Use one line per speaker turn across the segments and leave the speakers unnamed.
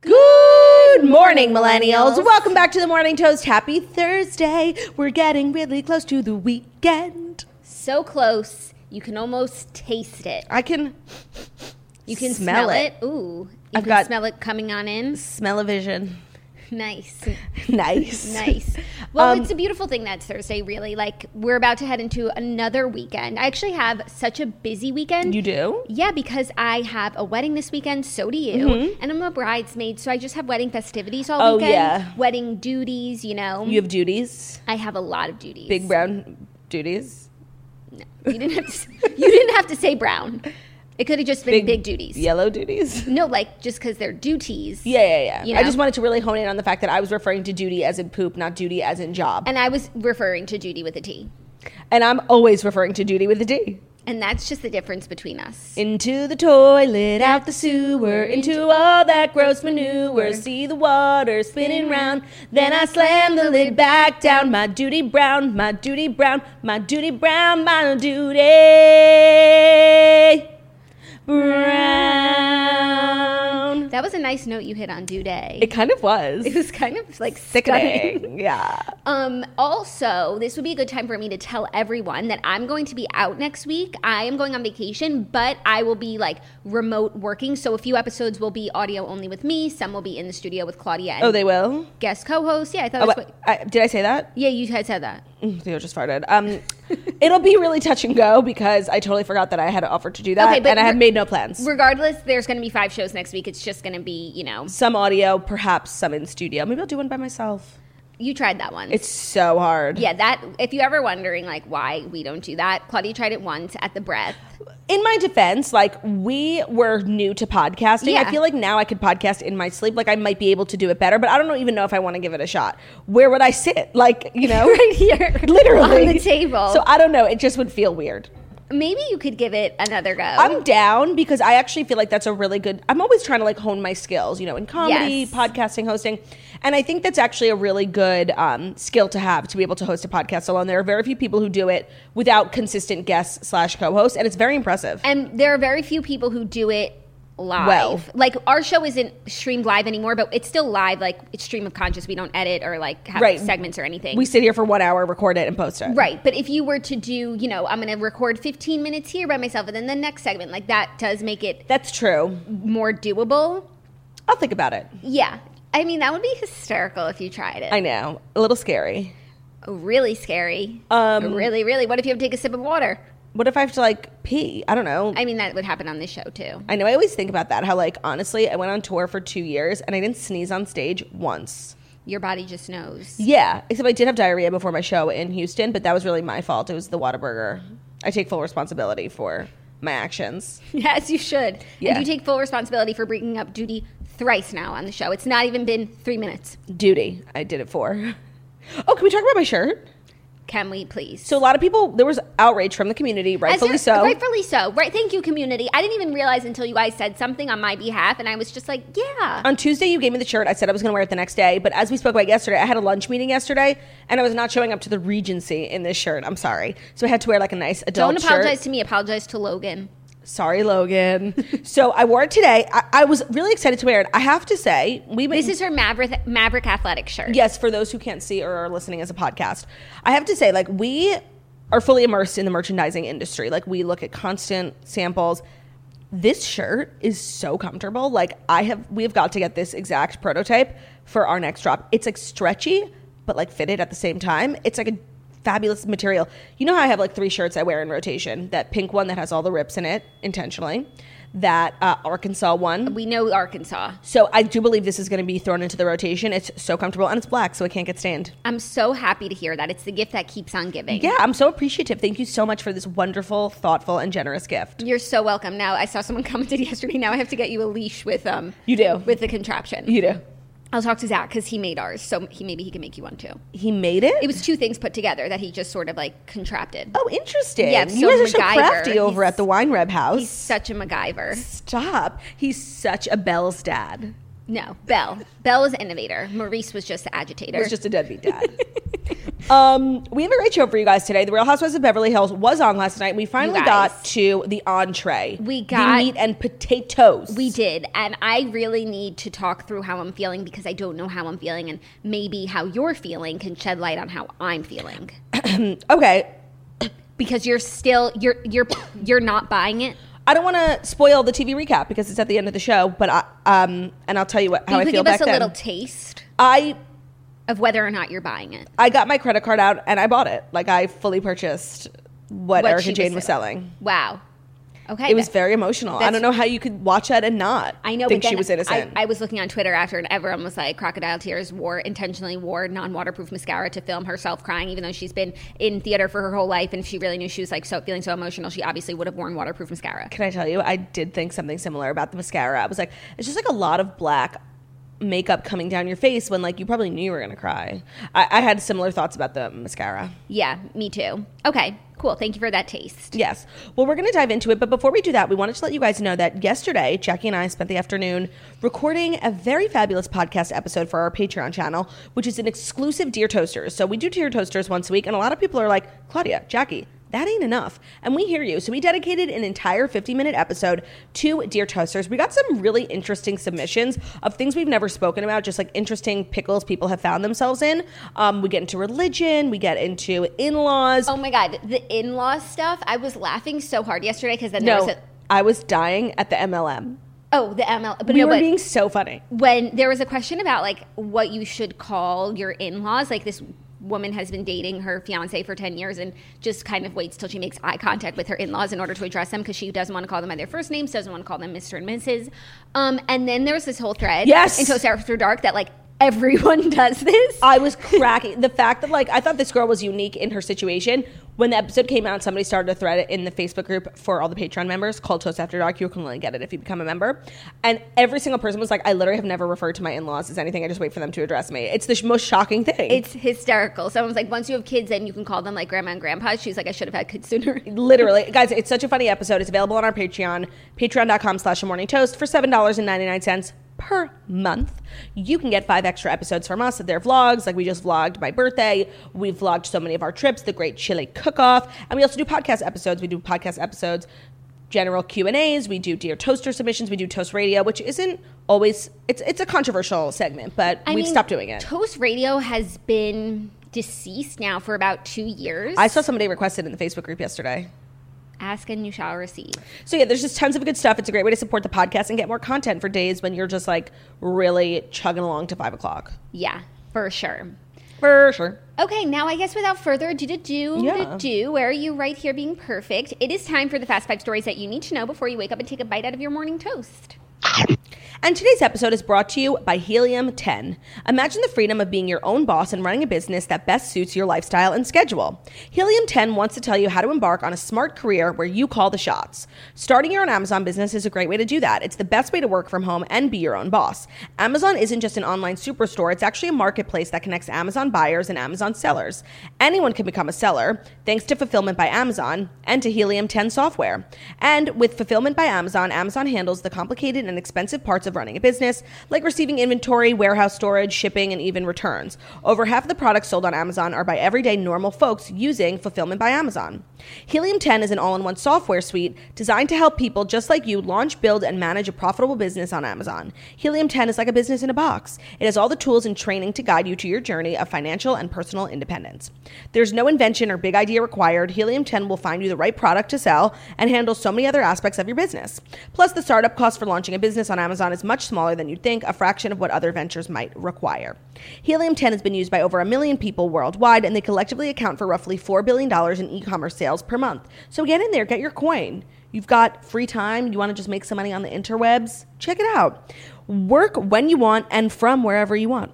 Good morning, millennials. Welcome back to the Morning Toast. Happy Thursday. We're getting really close to the weekend.
So close, you can almost taste it.
I can
You can
Smell
smell,
it.
it. Ooh, you
I've
can
got-
smell it coming on in.
smell a vision.
Nice,
Nice.
nice. Well,
Um,
it's a beautiful thing that Thursday. Really, like we're about to head into another weekend. I actually have such a busy weekend.
You do?
Yeah, because I have a wedding this weekend, so do you. And I'm a bridesmaid, so I just have wedding festivities all
Mm-hmm. Oh,
weekend.
yeah.
Wedding duties, you know.
You have duties,
I have a lot of duties.
big brown duties.
You didn't have to, s- you didn't have to say brown. It could have just been big, duties.
Yellow duties.
No, like just because they're duties.
Yeah, yeah, yeah.
You
I
know?
just wanted to really hone in on the fact that I was referring to duty as in poop, not duty as in job.
And I was referring to Judy with a T.
And I'm always referring to duty with a D.
And that's just the difference between us.
Into the toilet, out the sewer, into all that gross manure. See the water spinning round. Then I slam the lid back down. My duty brown, my duty brown, my duty brown, my duty brown.
That was a nice note you hit on due day.
It kind of was.
It was kind of like sickening.
Sickening. Yeah.
Um, also, this would be a good time for me to tell everyone that I'm going to be out next week. I am going on vacation, but I will be like remote working. So a few episodes will be audio only with me. Some will be in the studio with Claudia and
Oh, they will?
guest co-host. Yeah, I thought
Oh,
that's
wait,
what.
I, did I say that?
Yeah, you guys said that.
Mm, Theo just farted. Um, it'll be really touch and go because I totally forgot that I had offered to do that,
Okay, but
and I had
re-
made no plans.
Regardless, there's going to be five shows next week. It's just going to be, you know,
Some audio, perhaps some in studio. Maybe I'll do one by myself.
you tried that one.
It's so hard.
Yeah, that if you're ever wondering like why we don't do that, Claudia tried it once at the breath.
In my defense, like we were new to podcasting. I
Yeah.
feel like now I could podcast in my sleep. Like I might be able to do it better, but I don't even know if I want to give it a shot. Where would I sit? Like you know,
Right here.
literally
On the table.
So I don't know. It just would feel weird.
Maybe you could give it another go.
I'm down because I actually feel like that's a really good. I'm always trying to like hone my skills, you know, in comedy,
Yes.
podcasting, hosting, and I think that's actually a really good um, skill to have to be able to host a podcast alone. There are very few people who do it without consistent guests slash co-hosts, and it's very impressive.
and there are very few people who do it live.
Well.
Like our show isn't streamed live anymore, but it's still live. Like it's stream of conscious. We don't edit or like have
Right.
segments or anything.
we sit here for one hour, record it, and post it.
Right, but if you were to do, you know, I'm going to record 15 minutes here by myself and then the next segment, like that does make it
That's true.
more doable.
I'll think about it.
Yeah. I mean, that would be hysterical if you tried it.
I know, a little scary.
Really scary.
Um,
really, really. What if you have to take a sip of water?
What if I have to like pee? I don't know.
I mean, that would happen on this show too.
I know. I always think about that. How like honestly, I went on tour for two years and I didn't sneeze on stage once.
Your body just knows.
Yeah, except I did have diarrhea before my show in Houston, but that was really my fault. It was the Whataburger.
Mm-hmm.
I take full responsibility for my actions.
Yes, you should.
Yeah.
And you take full responsibility for bringing up duty thrice now on the show. It's not even been three minutes.
Duty, I did it for. Oh, can we talk about my shirt?
Can we please?
So a lot of people, there was outrage from the community,
As
rightfully
you're-
so.
Rightfully so. Right. Thank you, community. I didn't even realize until you guys said something on my behalf, and I was just like, yeah.
on Tuesday, you gave me the shirt. I said I was going to wear it the next day, but as we spoke about yesterday, I had a lunch meeting yesterday, and I was not showing up to the Regency in this shirt. I'm sorry, so I had to wear like a nice adult.
Don't apologize
shirt.
to me. Apologize to Logan.
Sorry, Logan. so I wore it today. I, I was really excited to wear it. I have to say, we
This is her Maverick Maverick athletic shirt.
yes, for those who can't see or are listening as a podcast, I have to say, like, we are fully immersed in the merchandising industry. Like, we look at constant samples. this shirt is so comfortable. Like I have, we have got to get this exact prototype for our next drop. It's like stretchy, but like fitted at the same time. It's like a fabulous material. You know how I have like three shirts I wear in rotation. That pink one that has all the rips in it intentionally. That uh, Arkansas one.
We know Arkansas.
So I do believe this is going to be thrown into the rotation. It's so comfortable and it's black, so it can't get stained.
I'm so happy to hear that. It's the gift that keeps on giving.
Yeah, I'm so appreciative. Thank you so much for this wonderful, thoughtful, and generous gift.
You're so welcome. Now I saw someone commented yesterday. Now I have to get you a leash with um.
You do.
with the contraption.
You do.
I'll talk to Zach because he made ours, so he maybe he can make you one too.
He made it.
It was two things put together that he just sort of like contrapted.
oh, interesting.
Yeah,
you
so
guys are so
MacGyver.
crafty over
He's-
at the Wine Reb House.
He's such a MacGyver.
Stop. He's such a Bell's dad.
No, Bell. Bell is innovator. Maurice was just the agitator.
He's just a deadbeat dad. um, we have a great show for you guys today. The Real Housewives of Beverly Hills was on last night. We finally
guys.
got to the entree.
We
the
got-
meat and potatoes.
We did. And I really need to talk through how I'm feeling because I don't know how I'm feeling. And maybe how you're feeling can shed light on how I'm feeling.
okay.
Because you're still you're you're you're not buying it.
I don't want to spoil the TV recap because it's at the end of the show, but I um, and I'll tell you what how
you
I
could
feel
give
back
us a
then.
little taste
I
of whether or not you're buying it.
I got my credit card out and I bought it. Like I fully purchased what,
What
Erica
she was
Jane was
selling.
selling.
Wow. Okay.
It was
that-
very emotional. I
that's-
don't know how you could watch that and not.
I know,
think
but then
she was innocent.
I, I was looking on Twitter after, and everyone was like, "Crocodile Tears wore intentionally wore non-waterproof mascara to film herself crying, even though she's been in theater for her whole life. And if she really knew she was like so feeling so emotional, she obviously would have worn waterproof mascara."
Can I tell you? I did think something similar about the mascara. I was like, it's just like a lot of black makeup coming down your face when like you probably knew you were gonna cry. I, I had similar thoughts about the mascara.
Yeah, me too. Okay, cool. Thank you for that taste.
Yes. Well, we're going to dive into it. But before we do that, we wanted to let you guys know that yesterday, Jackie and I spent the afternoon recording a very fabulous podcast episode for our Patreon channel, which is an exclusive Dear Toasters. So we do Dear Toasters once a week, and a lot of people are like, Claudia, Jackie, that ain't enough. And we hear you. So we dedicated an entire 50 minute episode to Dear Toasters. We got some really interesting submissions of things we've never spoken about, just like interesting pickles people have found themselves in. Um, we get into religion, we get into in laws.
Oh my god, the in-law stuff. I was laughing so hard yesterday because then there
No,
was a
I was dying at the MLM.
oh the ML, but
We
no,
were
but
being so funny.
when there was a question about like what you should call your in-laws like this woman has been dating her fiance for 10 years and just kind of waits till she makes eye contact with her in-laws in order to address them because she doesn't want to call them by their first names doesn't want to call them mr and mrs um, and then there was this whole thread
Yes!
in toast after dark that like everyone does this
I was cracking. the fact that like I thought this girl was unique in her situation. When the episode came out, somebody started a thread in the Facebook group for all the Patreon members called Toast After Dark. You can only get it if you become a member. And every single person was like, "I literally have never referred to my in-laws as anything. I just wait for them to address me." It's the sh- most shocking thing.
it's hysterical someone's like once you have kids then you can call them like grandma and grandpa she's like i should have had kids sooner
literally guys it's such a funny episode it's available on our patreon patreon.com slash the morning toast for $7.99 per month you can get five extra episodes from us they're vlogs like we just vlogged my birthday we vlogged so many of our trips the great chili cook off and we also do podcast episodes we do podcast episodes general Q and A's. We do dear toaster submissions. We do toast radio, which isn't always it's it's a controversial segment, but
I
we've
mean,
stopped doing it.
toast radio has been deceased now for about two years
I saw somebody requested in the Facebook group yesterday.
ask and you shall receive
So yeah, there's just tons of good stuff. It's a great way to support the podcast and get more content for days when you're just like really chugging along to five o'clock.
Yeah, for sure.
For sure.
Okay, now I guess without further ado, to do,
Yeah.
to do, where are you right here being perfect? It is time for the fast five stories that you need to know before you wake up and take a bite out of your morning toast.
And today's episode is brought to you by Helium 10. Imagine the freedom of being your own boss and running a business that best suits your lifestyle and schedule. Helium 10 wants to tell you how to embark on a smart career where you call the shots. Starting your own Amazon business is a great way to do that. It's the best way to work from home and be your own boss. Amazon isn't just an online superstore, it's actually a marketplace that connects Amazon buyers and Amazon sellers. Anyone can become a seller thanks to Fulfillment by Amazon and to Helium 10 software. And with Fulfillment by Amazon, Amazon handles the complicated and expensive parts of running a business, like receiving inventory, warehouse storage, shipping, and even returns. Over half of the products sold on Amazon are by everyday normal folks using Fulfillment by Amazon. Helium 10 is an all in one software suite designed to help people just like you launch, build, and manage a profitable business on Amazon. Helium 10 is like a business in a box. It has all the tools and training to guide you to your journey of financial and personal independence. There's no invention or big idea required. Helium 10 will find you the right product to sell and handle so many other aspects of your business. Plus, the startup cost for launching a business on Amazon is much smaller than you'd think, a fraction of what other ventures might require. Helium 10 has been used by over a million people worldwide, and they collectively account for roughly $4 billion in e commerce sales per month. So get in there, get your coin. You've got free time, you want to just make some money on the interwebs? Check it out. Work when you want and from wherever you want.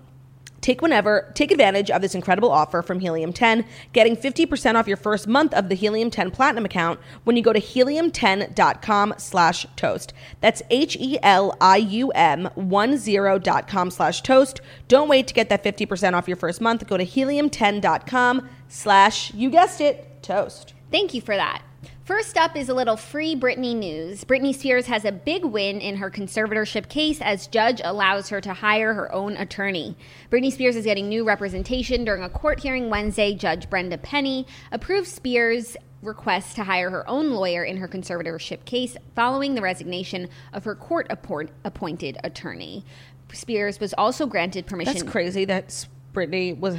Take whenever, take advantage of this incredible offer from Helium 10, getting 50% off your first month of the Helium 10 Platinum account when you go to helium10.com slash toast. That's E H-E-L-I-U-M 10.com slash toast. Don't wait to get that 50% off your first month. Go to helium10.com slash, you guessed it, toast.
Thank you for that. First up is a little free Britney news. Britney Spears has a big win in her conservatorship case as judge allows her to hire her own attorney. Britney Spears is getting new representation during a court hearing Wednesday. Judge Brenda Penny approved Spears' request to hire her own lawyer in her conservatorship case following the resignation of her court appoint- appointed attorney. Spears was also granted permission.
That's crazy that Brittany was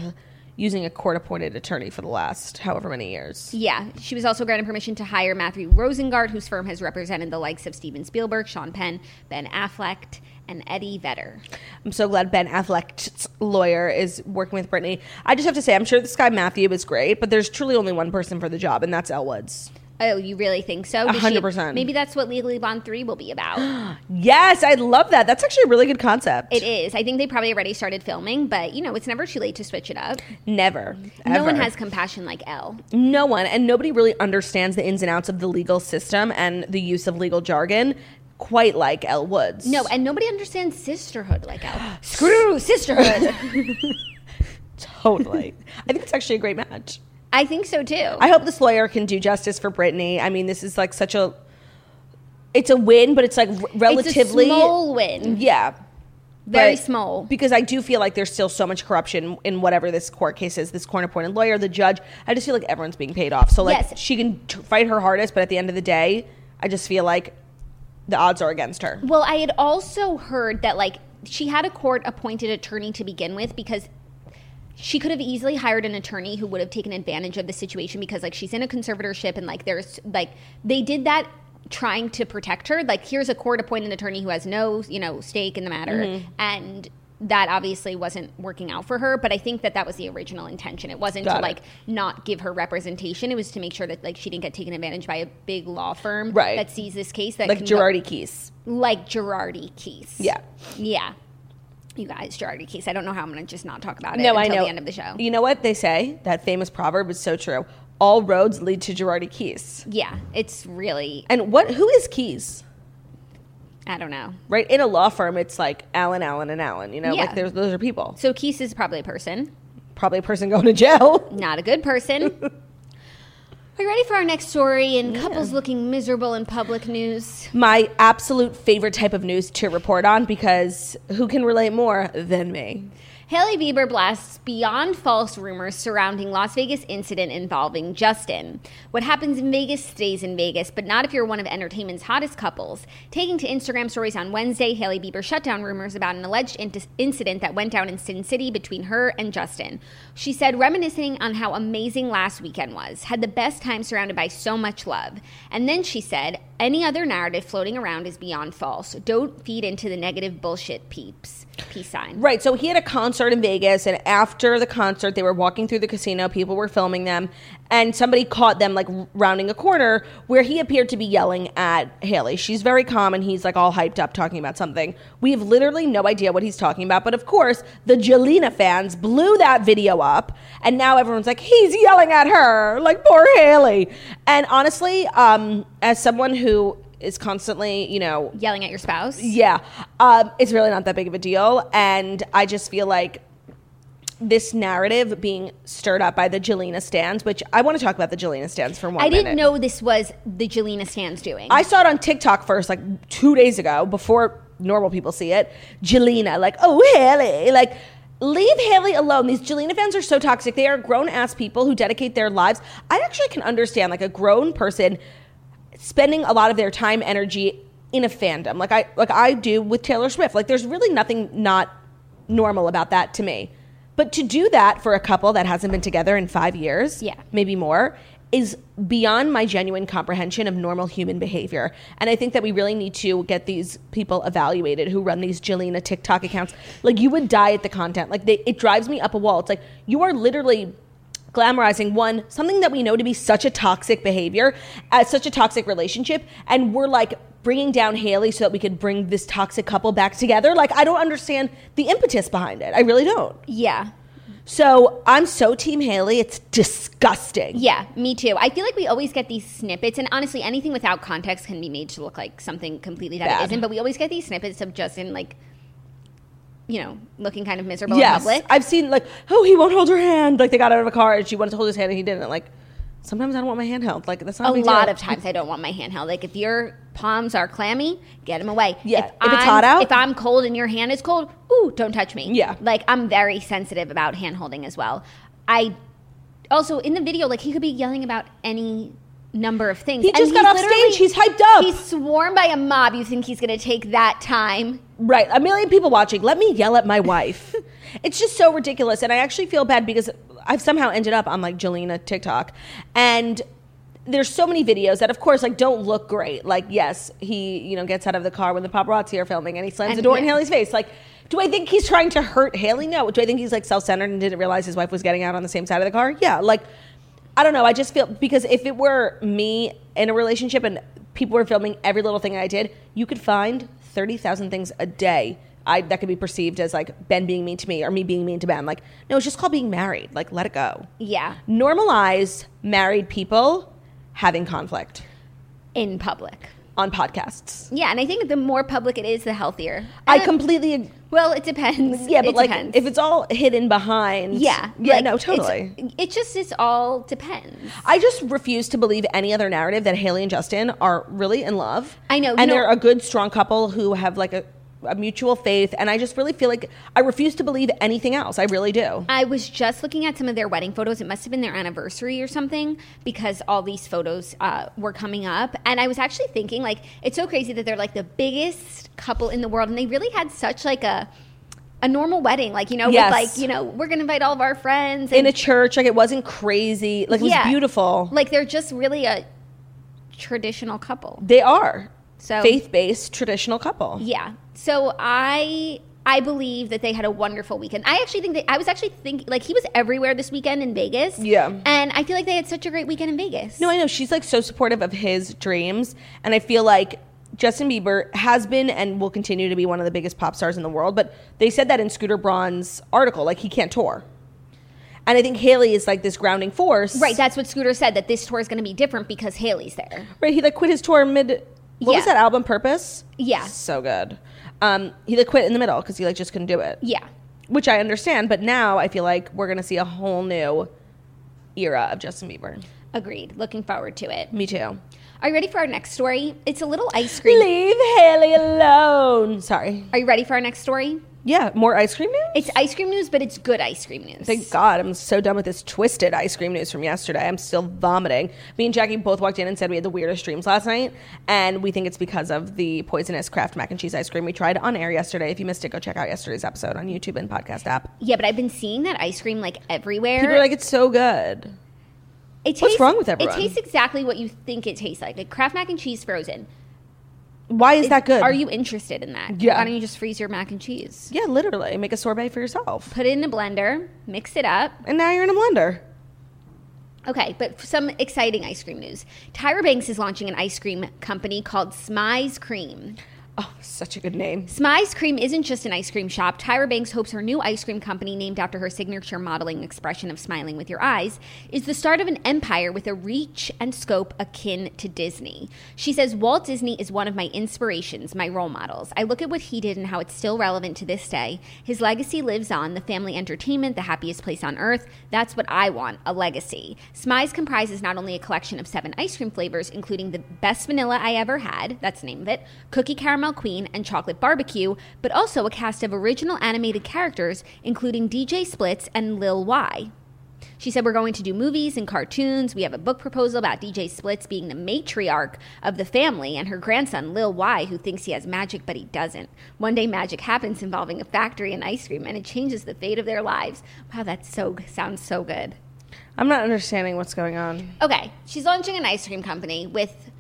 using a court appointed attorney for the last however many years.
Yeah, she was also granted permission to hire Matthew Rosengard, whose firm has represented the likes of Steven Spielberg, Sean Penn, Ben Affleck, and Eddie Vedder.
I'm so glad Ben Affleck's lawyer is working with Brittany. I just have to say, I'm sure this guy Matthew is great, but there's truly only one person for the job, and that's Elwoods.
Oh, you really think so?
A
Does she-
hundred percent.
Maybe that's what Legally Blonde 3 will be about.
Yes, I love that. That's actually a really good concept.
it is. I think they probably already started filming, but you know, it's never too late to switch it up.
Never.
No one
ever.
has compassion like Elle.
no one and nobody really understands the ins and outs of the legal system and the use of legal jargon quite like Elle Woods.
No, and nobody understands sisterhood like Elle. Screw sisterhood.
totally. I think it's actually a great match.
I think so too.
I hope this lawyer can do justice for Brittany. I mean, this is like such a it's a win, but it's like r- relatively
it's a small win.
yeah,
Very
but-
small.
because I do feel like there's still so much corruption in whatever this court case is. This court appointed lawyer, the judge. I just feel like everyone's being paid off. So like
Yes.
she can t- fight her hardest, but at the end of the day, I just feel like the odds are against her.
Well, I had also heard that like she had a court appointed attorney to begin with because she could have easily hired an attorney who would have taken advantage of the situation because like she's in a conservatorship and like there's like they did that trying to protect her like here's a court appointed attorney who has no you know stake in the matter
Mm-hmm.
and that obviously wasn't working out for her but i think that that was the original intention it wasn't
Got
to
it.
like not give her representation it was to make sure that like she didn't get taken advantage by a big law firm
Right.
that sees this case that
Like
can go-
Girardi Keys.
like Girardi Keys.
Yeah.
Yeah. You guys, Girardi Keys. I don't know how I'm going to just not talk about it
No, I
until
know.
the end of the show.
You know what they say? That famous proverb is so true. All roads lead to Girardi Keys.
yeah, it's really,
And what? Who is Keys?
I don't know.
right? In a law firm, it's like Allen, Allen, and Allen. You know,
Yeah.
like there's, those are people.
So Keys is probably a person,
Probably a person going to jail.
not a good person. Are you ready for our next story in couples looking miserable in public news?
My absolute favorite type of news to report on because who can relate more than me?
Haley Bieber blasts beyond false rumors surrounding Las Vegas incident involving Justin. What happens in Vegas stays in Vegas, but not if you're one of entertainment's hottest couples. Taking to Instagram stories on Wednesday, Haley Bieber shut down rumors about an alleged in- incident that went down in Sin City between her and Justin. She said, reminiscing on how amazing last weekend was, had the best time surrounded by so much love. And then she said, any other narrative floating around is beyond false. Don't feed into the negative bullshit peeps. Peace sign.
Right. So he had a concert in Vegas, and after the concert, they were walking through the casino. People were filming them, and somebody caught them like rounding a corner where he appeared to be yelling at Haley. She's very calm, and he's like all hyped up talking about something. We have literally no idea what he's talking about, but of course, the Jelena fans blew that video up, and now everyone's like, he's yelling at her, like poor Haley. And honestly, um, as someone who is constantly, you know,
Yelling at your spouse?
yeah, um, it's really not that big of a deal, and I just feel like this narrative being stirred up by the Jelena stands, which I want to talk about the Jelena stands for one.
I didn't
minute.
know this was the Jelena Stans doing.
I saw it on TikTok first, like two days ago, before normal people see it. Jelena, like, oh, Haley. Like, leave Haley alone. These Jelena fans are so toxic. They are grown ass people who dedicate their lives. I actually can understand, like, a grown person spending a lot of their time, energy in a fandom. Like, I, like I do with Taylor Swift. Like, there's really nothing not normal about that to me. But to do that for a couple that hasn't been together in five years,
Yeah.
maybe more, is beyond my genuine comprehension of normal human behavior. And I think that we really need to get these people evaluated who run these Jelena TikTok accounts. Like you would die at the content. Like they, it drives me up a wall. It's like you are literally glamorizing one something that we know to be such a toxic behavior as such a toxic relationship and we're like bringing down haley so that we could bring this toxic couple back together like i don't understand the impetus behind it i really don't
Yeah.
so i'm so team haley it's disgusting
Yeah, me too. I feel like we always get these snippets, and honestly, anything without context can be made to look like something completely that
Bad.
it isn't. But we always get these snippets of Justin, like, you know, looking kind of miserable in public.
I've seen like, oh, he won't hold her hand. Like they got out of a car and she wanted to hold his hand and he didn't. Like sometimes I don't want my hand held. Like that's not
a
a big
lot
deal.
of times I don't want my handheld. Like if your palms are clammy, get them away.
Yeah, if it's
I'm-
hot out-
if I'm cold and your hand is cold, ooh, don't touch me.
Yeah.
like I'm very sensitive about hand holding as well. I also in the video, like he could be yelling about any number of things.
He
And
just got
he's
off
literally-
stage. He's hyped up.
He's sworn by a mob. You think he's going to take that time?
Right, a million people watching. Let me yell at my wife. it's just so ridiculous, and I actually feel bad because I've somehow ended up on like Jelena TikTok, and there's so many videos that, of course, like don't look great. Like, yes, he you know gets out of the car when the paparazzi are filming, and he slams
And-
the door in
yeah.
Haley's face. Like, do I think he's trying to hurt Haley? No. Do I think he's like self-centered and didn't realize his wife was getting out on the same side of the car? Yeah. Like, I don't know. I just feel because if it were me in a relationship and people were filming every little thing I did, you could find 30,000 things a day I, that could be perceived as like Ben being mean to me or me being mean to Ben. Like, no, it's just called being married. Like, let it go.
Yeah,
Normalize married people having conflict
in public.
on podcasts.
Yeah, and I think the more public it is, the healthier.
I
Uh,
completely ag-
well, it depends.
yeah, but
It
like
depends.
if it's all hidden behind,
Yeah.
yeah,
like,
no,
it's-
totally.
It just it's all depends.
I just refuse to believe any other narrative that Haley and Justin are really in love.
I know, you
and
know-
they're a good, strong couple who have like a, a mutual faith. And I just really feel like I refuse to believe anything else. I really do.
I was just looking at some of their wedding photos. It must have been their anniversary or something because all these photos uh, were coming up. And I was actually thinking, like, it's so crazy that they're like the biggest couple in the world, and they really had such like a a normal wedding, like you know,
Yes.
with, like you know, we're gonna invite all of our friends
In a church, like it wasn't crazy. Like it was
Yeah.
beautiful.
Like they're just really a traditional couple.
they are
So
faith-based traditional couple.
Yeah. So I I believe that they had a wonderful weekend. I actually think that I was actually thinking like he was everywhere this weekend in Vegas.
Yeah.
And I feel like they had such a great weekend in Vegas.
No, I know she's like so supportive of his dreams, and I feel like Justin Bieber has been and will continue to be one of the biggest pop stars in the world. But they said that in Scooter Braun's article, like he can't tour, and I think Haley is like this grounding force,
Right, that's what Scooter said that this tour is going to be different because Haley's there.
right, he like quit his tour mid. What was
Yeah.
that album? Purpose.
Yeah.
so good. Um, he like quit in the middle because he like just couldn't do it,
Yeah.
which I understand. But now I feel like we're gonna see a whole new era of Justin Bieber.
Agreed. Looking forward to it.
Me too.
Are you ready for our next story? It's a little ice cream.
Leave Haley alone. Sorry.
Are you ready for our next story?
Yeah, more ice cream news?
It's ice cream news, but it's good ice cream news.
Thank God. I'm so done with this twisted ice cream news from yesterday. I'm still vomiting. Me and Jackie both walked in and said we had the weirdest dreams last night, and we think it's because of the poisonous Kraft mac and cheese ice cream we tried on air yesterday. If you missed it, go check out yesterday's episode on YouTube and podcast app.
Yeah, but I've been seeing that ice cream like everywhere.
People are like, it's so good.
It tastes,
What's wrong with everyone?
It tastes exactly what you think it tastes like. Like Kraft mac and cheese frozen.
Why is that good?
Are you interested in that?
Yeah.
Why don't you just freeze your mac and cheese?
Yeah, literally. Make a sorbet for yourself.
Put it in a blender, mix it up.
And now you're in a blender.
Okay, but f- some exciting ice cream news. Tyra Banks is launching an ice cream company called Smize Cream.
Oh, such a good name.
Smize Cream isn't just an ice cream shop. Tyra Banks hopes her new ice cream company, named after her signature modeling expression of smiling with your eyes, is the start of an empire with a reach and scope akin to Disney. She says, Walt Disney is one of my inspirations, my role models. I look at what he did and how it's still relevant to this day. His legacy lives on the family entertainment, the happiest place on earth. That's what I want a legacy. Smize comprises not only a collection of seven ice cream flavors, including the best vanilla I ever had, that's the name of it, cookie caramel Caramel Queen and Chocolate Barbecue, but also a cast of original animated characters, including DJ Splits and Lil Y. She said, We're going to do movies and cartoons. We have a book proposal about DJ Splits being the matriarch of the family and her grandson, Lil Y, who thinks he has magic but he doesn't. One day magic happens involving a factory and ice cream, and it changes the fate of their lives. Wow, that so, sounds so good.
I'm not understanding what's going on.
Okay, she's launching an ice cream company with,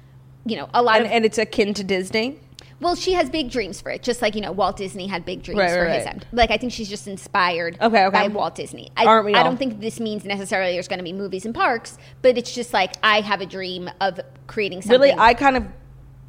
you know, a lot
And,
of.
and it's akin to Disney.
Well, she has big dreams for it, just like you know Walt Disney had big dreams
Right,
for
right,
his
right.
end. Like I think she's just inspired
Okay, okay.
by Walt Disney. I,
Aren't we
I
all?
don't think this means necessarily there's going to be movies and parks, but it's just like I have a dream of creating something. Mm.
Really, I kind of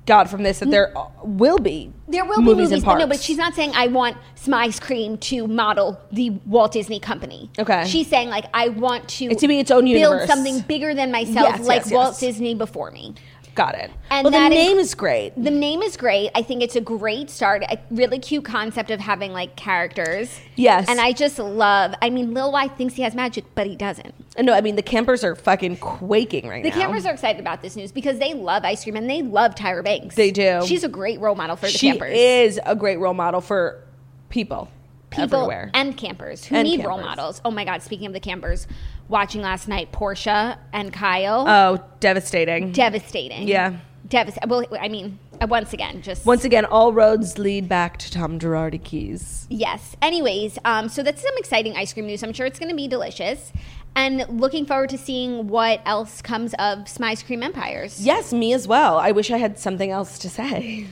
got from this that there will be
there will
movies
be movies,
and
but
parks.
no, but she's not saying I want some ice cream to model the Walt Disney company.
Okay.
she's saying like I want to
It to be its own
build
universe.
something bigger than myself,
Yes,
like
yes,
Walt
yes.
Disney before me.
got it.
And
well, the
that
name
inc-
is great.
The name is great. I think it's a great start. A really cute concept of having like characters.
Yes.
And I just love. I mean, Lil Y thinks he has magic, but he doesn't.
Uh, no, I mean the campers are fucking quaking right
The
now.
campers are excited about this news because they love ice cream and they love Tyra Banks.
They do.
She's a great role model for the
she
campers.
is a great role model for people,
People
everywhere.
and campers who
And
need role
campers.
models. Oh my God! Speaking of the campers, watching last night, Portia and Kyle,
oh, devastating.
devastating.
yeah.
devastating. Well, I mean, uh, once again, just
Once again, all roads lead back to Tom Girardi Keys.
Yes. Anyways, um, so that's some exciting ice cream news. I'm sure it's going to be delicious. And looking forward to seeing what else comes of Smice Cream Empires.
Yes, me as well. I wish I had something else to say.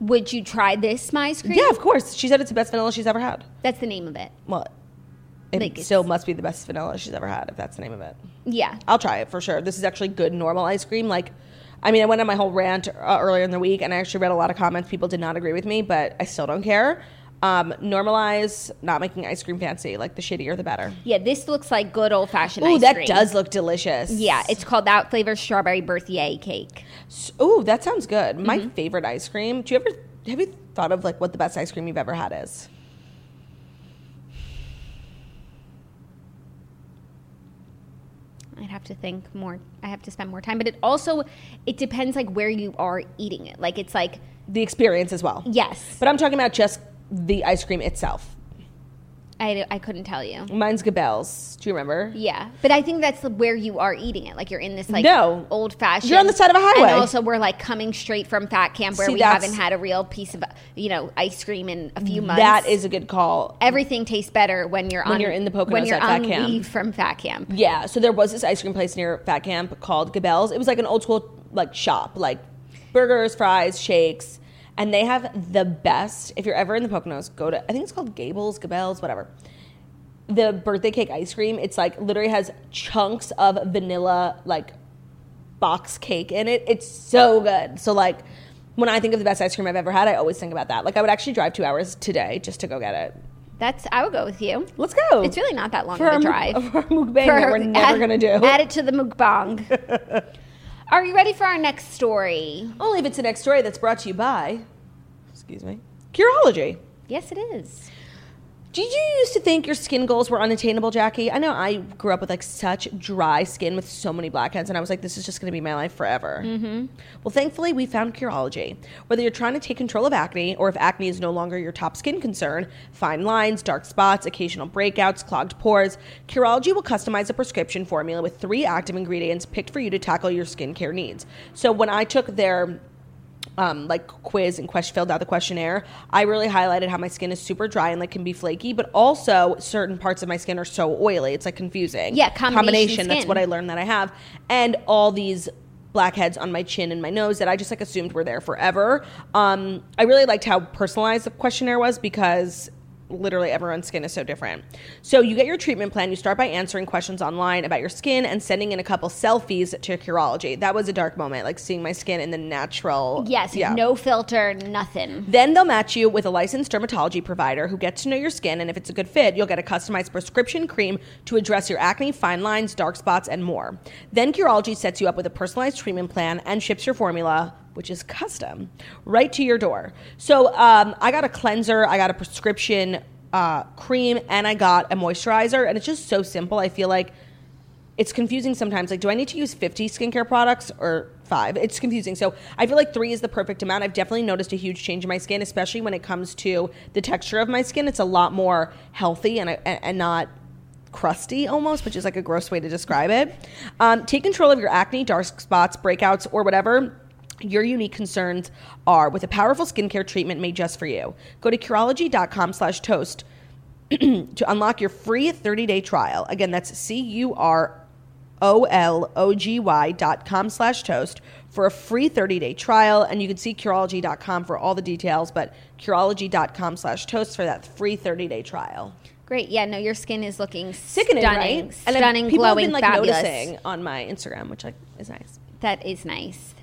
Would you try this Smice Cream?
yeah, of course. She said it's the best vanilla she's ever had.
That's the name of it.
Well, it
Like, it's-
still must be the best vanilla she's ever had if that's the name of it.
Yeah.
I'll try it for sure. This is actually good normal ice cream. Like, I mean, I went on my whole rant uh, earlier in the week, and I actually read a lot of comments. People did not agree with me, but I still don't care. Um, normalize not making ice cream fancy. Like the shittier the better.
Yeah, this looks like good old fashioned
Ooh,
ice
that
cream.
does look delicious.
Yeah, it's called Out Flavor Strawberry Birthday Cake.
Ooh, that sounds good. My
Mm-hmm.
favorite ice cream. Do you ever have you thought of like what the best ice cream you've ever had is?
I'd have to think more. I have to spend more time, but it also it depends like where you are eating it. Like it's like
The experience as well.
yes,
But I'm talking about just the ice cream itself.
I, I couldn't tell you.
Mine's Gabelle's. Do you remember?
Yeah, but I think that's where you are eating it. Like you're in this like
No.
old fashioned.
You're on the side of a highway.
And also, we're like coming straight from fat camp where
See,
we
that's- Mm,
haven't had a real piece of you know ice cream in a few months.
That is a good call.
everything tastes better when you're
When
on
you're in the Poconos
when you're
at fat
on
camp.
leave from fat camp.
Yeah, so there was this ice cream place near Fat Camp called Gabelle's. It was like an old school like shop, like burgers, fries, shakes, and they have the best. If you're ever in the Poconos, go to I think it's called Gables, Gabelle's, whatever. The birthday cake ice cream, it's like literally has chunks of vanilla like box cake in it. It's so good. So like when I think of the best ice cream I've ever had, I always think about that. Like I would actually drive 2 hours today just to go get it.
That's I would go with you.
Let's go.
It's really not that long
for
of
our
a
mu-
drive.
for our mukbang that we're
add-
never gonna do.
Add it to the mukbang. Are you ready for our next story?
Only if it's the next story that's brought to you by, excuse me, Curology.
Yes, it is.
Did you used to think your skin goals were unattainable, Jackie? I know I grew up with like such dry skin with so many blackheads, and I was like, this is just going to be my life forever. Mm-hmm. Well, thankfully, we found Curology. Whether you're trying to take control of acne or if acne is no longer your top skin concern, fine lines, dark spots, occasional breakouts, clogged pores, Curology will customize a prescription formula with three active ingredients picked for you to tackle your skincare needs. So when I took their um, like quiz and question filled out the questionnaire, I really highlighted how my skin is super dry and like can be flaky, but also certain parts of my skin are so oily. It's like confusing.
Yeah, combination
That's
skin.
what I learned that I have, and all these blackheads on my chin and my nose that I just like assumed were there forever. Um, I really liked how personalized the questionnaire was because literally everyone's skin is so different. So you get your treatment plan, you start by answering questions online about your skin and sending in a couple selfies to Curology. That was a dark moment, like seeing my skin in the natural
Yes, no filter, nothing.
Mm-hmm. then they'll match you with a licensed dermatology provider who gets to know your skin, and if it's a good fit, you'll get a customized prescription cream to address your acne, fine lines, dark spots, and more. Then Curology sets you up with a personalized treatment plan and ships your formula, which is custom, right to your door. So um, I got a cleanser, I got a prescription uh, cream, and I got a moisturizer, and it's just so simple. I feel like it's confusing sometimes. Like, do I need to use 50 skincare products or five. It's confusing. So I feel like three is the perfect amount. I've definitely noticed a huge change in my skin, especially when it comes to the texture of my skin. It's a lot more healthy and uh, and, and not crusty almost, which is like a gross way to describe it. Um, take control of your acne, dark spots, breakouts, or whatever. Your unique concerns are with a powerful skincare treatment made just for you. Go to Curology.com slash toast to unlock your free 30-day trial. Again, that's C-U-R-O-L-O-G-Y dot com slash toast for a free 30-day trial. And you can see Curology.com for all the details, but Curology.com slash toast for that free 30-day trial.
Great. Yeah, no, your skin is looking
Sickening,
stunning,
right? then
stunning,
people
glowing,
have been, like,
fabulous.
noticing on my Instagram, which like is nice.
That is nice.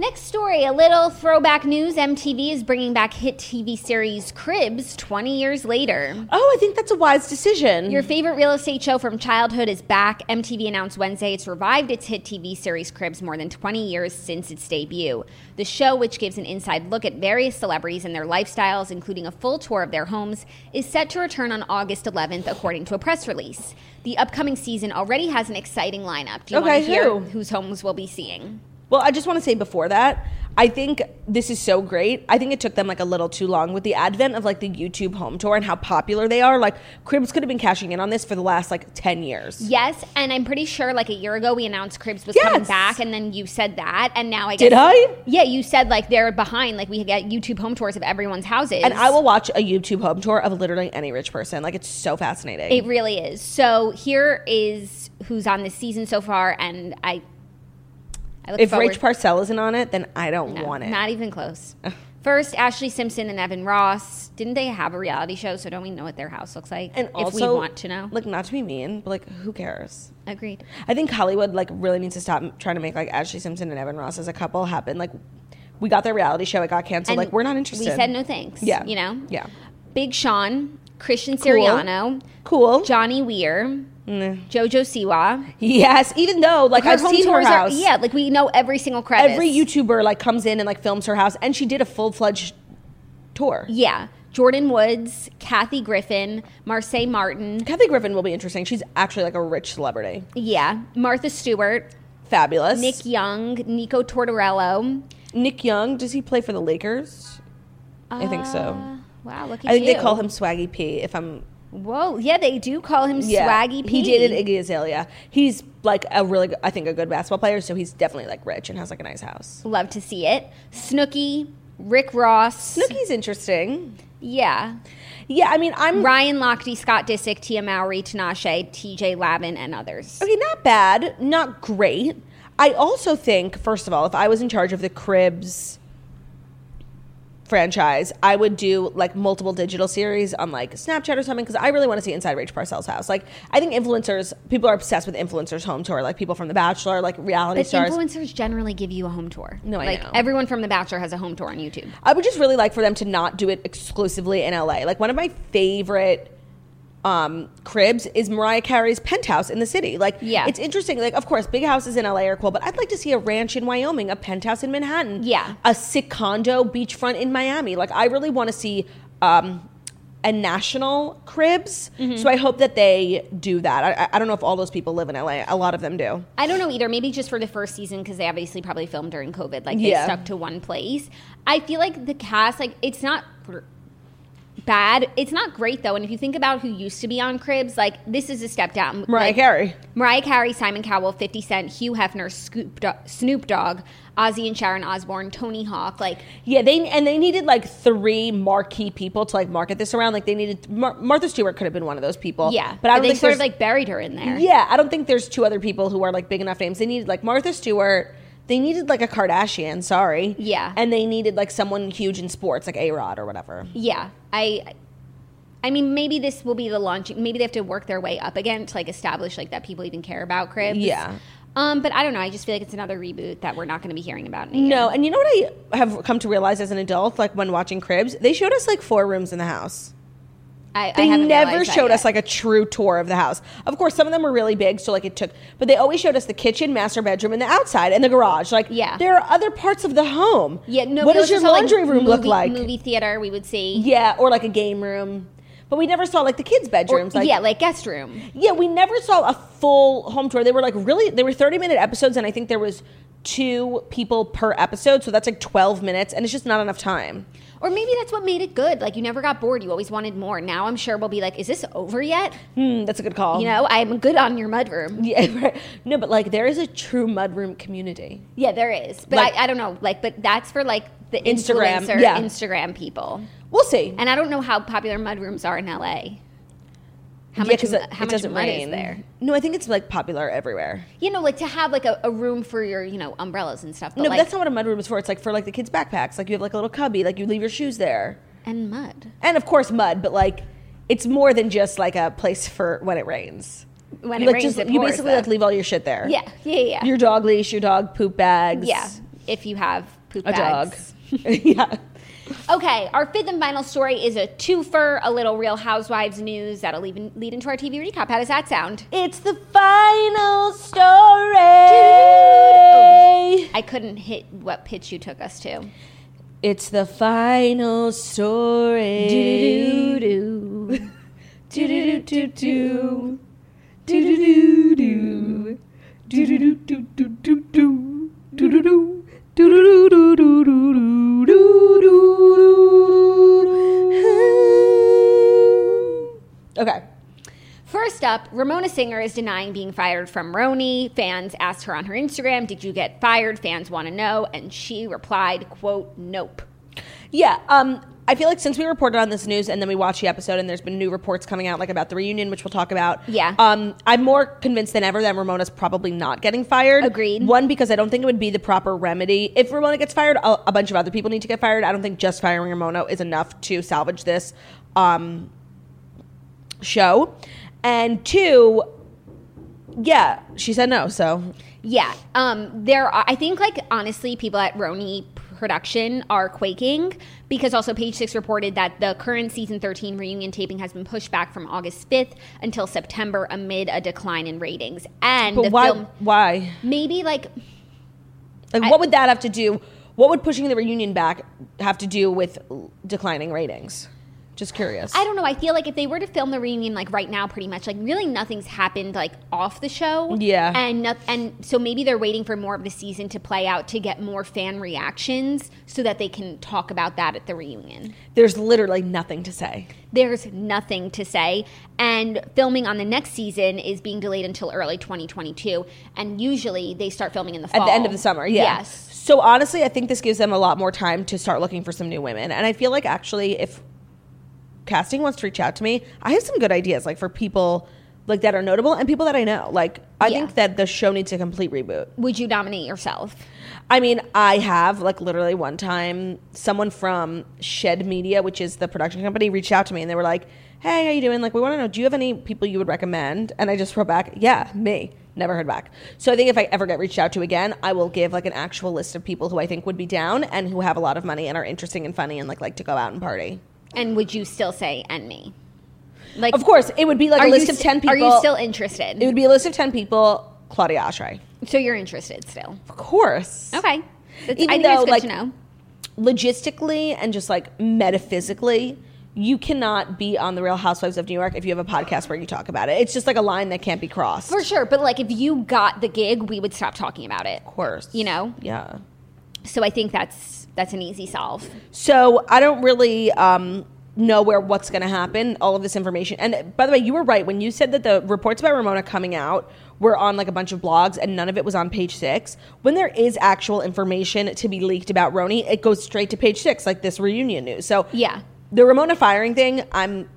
Next story, a little throwback news. MTV is bringing back hit TV series Cribs 20 years later.
Oh, I think that's a wise decision.
Your favorite real estate show from childhood is back. MTV announced Wednesday it's revived its hit TV series Cribs more than 20 years since its debut. The show, which gives an inside look at various celebrities and their lifestyles, including a full tour of their homes, is set to return on August 11th, according to a press release. The upcoming season already has an exciting lineup. Do you
Okay,
want to hear
who?
whose homes we'll be seeing?
Well, I just want to say before that, I think this is so great. I think it took them like a little too long with the advent of like the YouTube home tour and how popular they are. Like Cribs could have been cashing in on this for the last like 10 years.
Yes, and I'm pretty sure like a year ago we announced Cribs was
Yes.
coming back, and then you said that, and now I guess,
Did I?
Yeah, you said like they're behind. Like we get YouTube home tours of everyone's houses,
And I will watch a YouTube home tour of literally any rich person. Like it's so fascinating.
It really is. So here is who's on this season so far, and I. I look
if
forward-
Rach Parcell isn't on it, then I don't
No,
want it.
Not even close. First, Ashley Simpson and Evan Ross. Didn't they have a reality show? So don't we know what their house looks like?
and
if
also,
we want to know,
like not to be mean, but like who cares?
agreed.
I think Hollywood like really needs to stop m- trying to make like Ashley Simpson and Evan Ross as a couple happen. Like we got their reality show, it got canceled.
And
like we're not interested.
We said no thanks.
Yeah.
you know.
Yeah.
Big Sean, Christian Siriano,
Cool.
Johnny Weir, JoJo Siwa.
Yes, even though like I've seen her house.
yeah, like we know every single crevice.
Every YouTuber like comes in and like films her house, and she did a full fledged tour.
yeah. Jordan Woods, Kathy Griffin, Marseille Martin,
Kathy Griffin will be interesting. She's actually like a rich celebrity.
Yeah, Martha Stewart,
Fabulous.
Nick Young, Nico Tortorello.
Nick Young. Does he play for the Lakers? I think so.
Uh, Wow, look at
I think
you.
they call him Swaggy P. If I'm
Whoa, yeah, they do call him Swaggy P.
He dated Iggy Azalea. He's like a really, good, I think, a good basketball player. So he's definitely like rich and has like a nice house.
Love to see it. Snooki, Rick Ross.
Snooki's interesting.
Yeah.
Yeah, I mean, I'm
Ryan Lochte, Scott Disick, Tia Mowry, Tinashe, TJ Lavin, and others.
Okay, not bad, not great. I also think, first of all, if I was in charge of the Cribs franchise, I would do like multiple digital series on like Snapchat or something because I really want to see Inside Rach Parcells' house. Like, I think influencers, people are obsessed with influencers' home tour, like people from The Bachelor, like reality
But
stars.
influencers generally give you a home tour.
No, I
like
know.
everyone from The Bachelor has a home tour on YouTube.
I would just really like for them to not do it exclusively in LA. Like one of my favorite um, cribs is Mariah Carey's penthouse in the city. Like,
Yeah.
it's interesting. Like, of course, big houses in LA are cool, but I'd like to see a ranch in Wyoming, a penthouse in Manhattan,
Yeah.
a sick condo beachfront in Miami. Like, I really want to see. Um, a national cribs,
Mm-hmm.
so I hope that they do that. I- I, I don't know if all those people live in LA. A lot of them do.
I don't know either. Maybe just for the first season because they obviously probably filmed during COVID. Like
Yeah.
they stuck to one place. I feel like the cast, like it's not r- bad. It's not great though. And if you think about who used to be on Cribs, like this is a step down.
Mariah
Like,
Carey.
Mariah Carey, Simon Cowell, Fifty Cent, Hugh Hefner, Scoop Do- Snoop Dogg, Ozzy and Sharon Osbourne, Tony Hawk. Like
Yeah, they and they needed like three marquee people to like market this around. Like they needed Mar- Martha Stewart could have been one of those people.
yeah,
but I don't
they
think
sort of
there's-
like buried her in there.
yeah, I don't think there's two other people who are like big enough names. They needed like Martha Stewart. They needed like a Kardashian. Sorry.
Yeah.
and they needed like someone huge in sports, like A Rod or whatever.
Yeah, I. I mean, maybe this will be the launching. Maybe they have to work their way up again to like establish like that people even care about Cribs.
Yeah.
Um, but I don't know. I just feel like it's another reboot that we're not going to be hearing about. In a
No,
year.
and you know what I have come to realize as an adult, like when watching Cribs, they showed us like four rooms in the house.
I, I
They
haven't
never
realized that
showed
yet.
us like a true tour of the house. Of course, some of them were really big, so like it took, but they always showed us the kitchen, master bedroom, and the outside and the garage. Like,
Yeah.
there are other parts of the home.
Yeah, no.
what
we
does
also
your
saw, like,
laundry room look
movie-
like?
Movie theater, we would see.
Yeah, or like a game room. But we never saw like the kids' bedrooms. like
yeah, like guest room.
yeah, we never saw a full home tour. They were like really, they were 30 minute episodes, and I think there was two people per episode, so that's like 12 minutes, and it's just not enough time.
Or maybe that's what made it good. Like you never got bored. You always wanted more. Now I'm sure we'll be like, is this over yet?
Hmm, that's a good call.
You know, I'm good on your mudroom.
Yeah, right. no, but like there is a true mudroom community.
Yeah, there is. But
Like-
I, I don't know. Like, but that's for like the
Instagram,
influencer
yeah.
Instagram people.
We'll see.
And I don't know how popular mudrooms are in LA. How
Yeah,
much?
'cause
mu- how much mud
rain.
is there?
No, I think it's like popular everywhere.
You know, like to have like a, a room for your you know umbrellas and stuff. But
no,
like,
but that's not what a mudroom is for. It's like for like the kids' backpacks. Like you have like a little cubby. Like you leave your shoes there,
and mud.
and of course mud. But like, it's more than just like a place for when it rains.
When it
like
rains,
just
it
you
pours,
basically
though.
like leave all your shit there.
Yeah, yeah, yeah.
Your dog leash, your dog poop bags.
yeah, if you have poop
a
bags.
dog. yeah.
Okay, our fifth and final story is a twofer, a little Real Housewives news that'll even lead into our TV recap. How does that sound?
It's the final story.
I couldn't hit what pitch you took us to.
It's the final story.
Doo-doo-doo-doo.
Do-do-do-do-do. Do-do-do-do. Do-do-do-do-do-do. Do-do-do. Do-do-do-do-do-do-do-do. Okay.
First up, Ramona Singer is denying being fired from Roni. Fans asked her on her Instagram, "Did you get fired?" Fans want to know, and she replied, "Quote, nope."
Yeah. Um, I feel like since we reported on this news and then we watched the episode and there's been new reports coming out like about the reunion, which we'll talk about.
Yeah.
Um, I'm more convinced than ever that Ramona's probably not getting fired.
Agreed.
One because I don't think it would be the proper remedy if Ramona gets fired. A, a bunch of other people need to get fired. I don't think just firing Ramona is enough to salvage this um, show. And two, yeah, she said no. So
Yeah. Um, there are, I think, like, honestly, people at Roni production are quaking because also page six reported that the current season 13 reunion taping has been pushed back from august 5th until september amid a decline in ratings and
but
the
why?
film
why?
maybe like
Like,
I-
what would that have to do? What would pushing the reunion back have to do with l- declining ratings? Just curious.
i don't know i feel like if they were to film the reunion like right now pretty much like really nothing's happened like off the show
Yeah.
and not, and so maybe they're waiting for more of the season to play out to get more fan reactions so that they can talk about that at the reunion
There's literally nothing to say.
there's nothing to say. And filming on the next season is being delayed until early 2022. And usually they start filming in the fall.
At the end of the summer, yeah.
Yes.
So honestly, I think this gives them a lot more time to start looking for some new women. And I feel like actually, if casting wants to reach out to me, I have some good ideas, like for people like that are notable and people that I know. Like I
Yeah.
think that the show needs a complete reboot.
Would you nominate yourself?
I mean, I have like literally one time someone from Shed Media, which is the production company, reached out to me and they were like, "Hey, how you doing? Like, we want to know, do you have any people you would recommend?" And I just wrote back, "Yeah, me." Never heard back. So I think if I ever get reached out to again, I will give like an actual list of people who I think would be down and who have a lot of money and are interesting and funny and like like to go out and party.
And would you still say, and me? Like,
Of course, it would be like
are
a
you
list of
s-
ten people.
Are you still interested?
It would be a list of ten people. Claudia Ashray,
so you're interested still.
of course.
Okay. That's,
Even
I think
though,
it's good
like,
to know.
logistically and just like metaphysically, you cannot be on the Real Housewives of New York if you have a podcast where you talk about it. It's just like a line that can't be crossed.
For sure. But like, if you got the gig, we would stop talking about it.
Of course.
You know?
Yeah.
So I think that's that's an easy solve.
So I don't really um, know where what's going to happen. All of this information. And by the way, you were right when you said that the reports about Ramona coming out were on like a bunch of blogs and none of it was on page six. When there is actual information to be leaked about Roni, it goes straight to page six, like this reunion news. So
Yeah.
the Ramona firing thing, I'm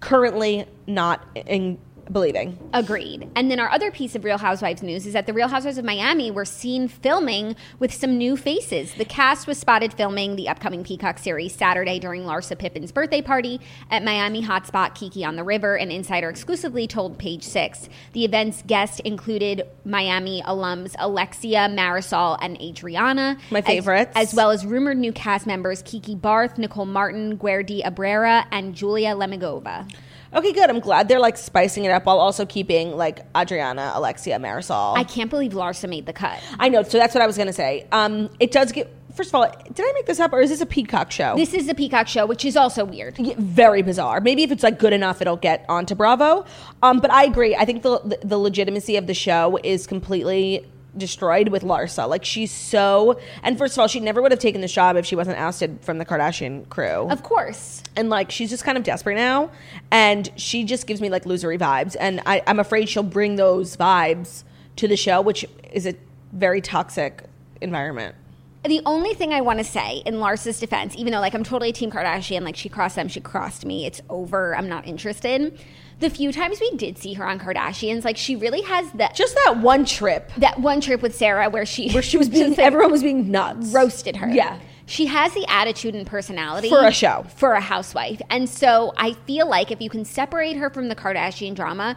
currently not in believing.
Agreed. And then our other piece of Real Housewives news is that the Real Housewives of Miami were seen filming with some new faces. The cast was spotted filming the upcoming Peacock series Saturday during Larsa Pippen's birthday party at Miami hotspot Kiki on the River, an insider exclusively told Page Six. The event's guests included Miami alums Alexia, Marisol, and Adriana.
My
as-
favorites.
As, well as rumored new cast members Kiki Barth, Nicole Martin, Guerdi Abrera, and Julia Lemigova.
Okay, good. I'm glad they're like spicing it up while also keeping like Adriana, Alexia, Marisol.
I can't believe Larsa made the cut.
I know. So that's what I was gonna say. Um, it does get first of all, did I make this up or is this a Peacock show?
This is the Peacock show, which is also weird.
Yeah, very bizarre. Maybe if it's like good enough, it'll get onto Bravo. Um, but I agree. I think the the legitimacy of the show is completely destroyed with Larsa. Like she's so. And first of all, she never would have taken this job if she wasn't ousted from the Kardashian crew.
Of course.
and like she's just kind of desperate now, and she just gives me like losery vibes. And I, I'm afraid she'll bring those vibes to the show, which is a very toxic environment.
The only thing I want to say in Larsa's defense, even though like I'm totally Team Kardashian, like she crossed them, she crossed me, it's over, I'm not interested. The few times we did see her on Kardashians, like she really has that
Just that one trip
that one trip with Sarah where she
where she was being,
just, like,
everyone was being nuts.
roasted her.
Yeah.
She has the attitude and personality
For a show.
for a housewife. And so I feel like if you can separate her from the Kardashian drama,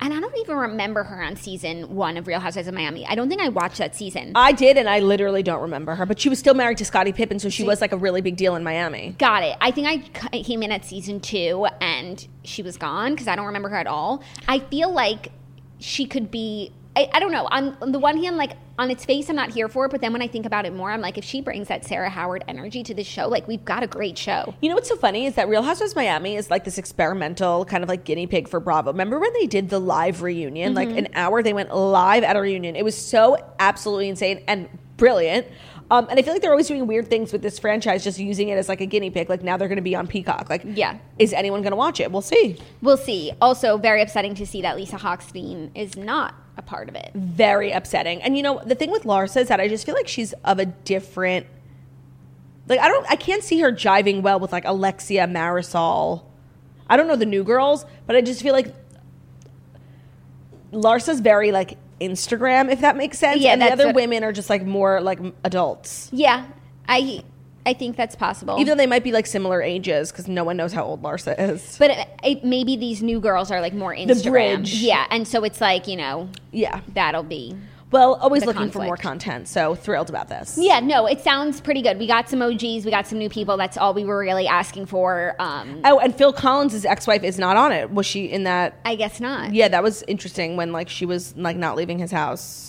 and I don't even remember her on season one of Real Housewives of Miami. I don't think I watched that season.
I did, and I literally don't remember her, but she was still married to Scottie Pippen, so she was like a really big deal in Miami.
Got it. I think I c- came in at season two and she was gone because I don't remember her at all. I feel like she could be. I, I don't know. On, on the one hand, like on its face, I'm not here for it. But then when I think about it more, I'm like, if she brings that Sarah Howard energy to this show, like we've got a great show.
You know what's so funny is that Real Housewives of Miami is like this experimental kind of like guinea pig for Bravo. Remember when they did the live reunion? Like an hour, they went live at a reunion. It was so absolutely insane and brilliant. Um, and I feel like they're always doing weird things with this franchise, just using it as like a guinea pig. Like now they're going to be on Peacock. Like,
Yeah.
is anyone going to watch it? We'll see.
We'll see. Also, very upsetting to see that Lisa Hochstein is not a part of it.
very upsetting. And you know, the thing with Larsa is that I just feel like she's of a different like I don't I can't see her jiving well with like Alexia Marisol. I don't know the new girls, but I just feel like Larsa's very like Instagram, if that makes sense.
Yeah,
and the
that's
other
what-
women are just like more like m- adults.
Yeah, I I think that's possible.
Even though they might be like similar ages, because no one knows how old Larsa is.
but it, it, maybe these new girls are like more Instagram.
bridge.
Yeah, and so it's like you know
Yeah.
that'll be
Well, always
The
looking for
conflict.
more content, so thrilled about this.
Yeah, no, it sounds pretty good. We got some OGs, we got some new people. That's all we were really asking for. Um,
Oh, and Phil Collins' ex-wife is not on it. Was she in that
I guess not.
Yeah, that was interesting when like she was like not leaving his house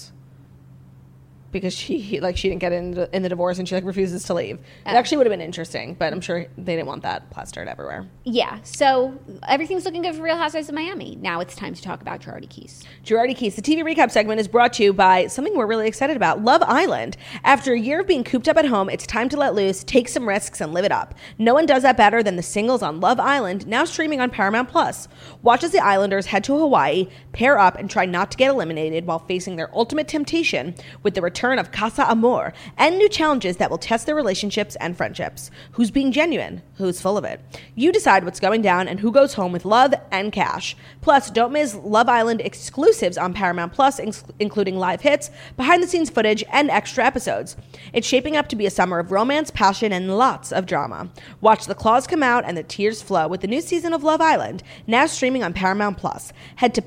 because she he- like she didn't get in the, in the divorce and she like refuses to leave. It actually would have been interesting, but I'm sure they didn't want that plastered everywhere.
Yeah, so everything's looking good for Real Housewives of Miami. Now it's time to talk about Girardi Keys.
Girardi Keys, the TV recap segment is brought to you by something we're really excited about Love Island. After a year of being cooped up at home, it's time to let loose, take some risks, and live it up. No one does that better than the singles on Love Island, now streaming on Paramount Plus. Watch as the Islanders head to Hawaii, pair up, and try not to get eliminated while facing their ultimate temptation with the return of Casa Amor and new challenges that will test their relationships and friendships. Who's being genuine? Who's full of it? You decide what's going down and who goes home with love and cash. Plus, don't miss Love Island exclusives on Paramount Plus, inc- including live hits, behind the scenes footage, and extra episodes. It's shaping up to be a summer of romance, passion, and lots of drama. Watch the claws come out and the tears flow with the new season of Love Island, now streaming on Paramount Plus. Head to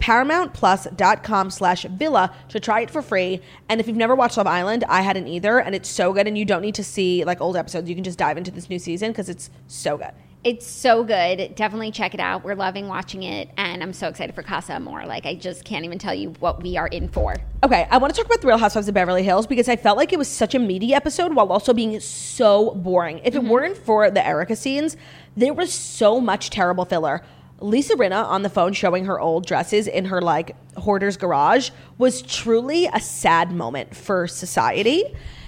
paramountplus.com slash villa to try it for free. And if you've never watched Love Island, I hadn't either, and it's so good, and you don't need to see like old episodes. You can just dive into this new season because it's so good.
It's so good. Definitely check it out. We're loving watching it, and I'm so excited for Casa Amor. Like, I just can't even tell you what we are in for.
Okay, I want to talk about The Real Housewives of Beverly Hills because I felt like it was such a meaty episode while also being so boring. If
Mm-hmm.
it weren't for the Erica scenes, there was so much terrible filler. Lisa Rinna on the phone showing her old dresses in her like hoarder's garage was truly a sad moment for society.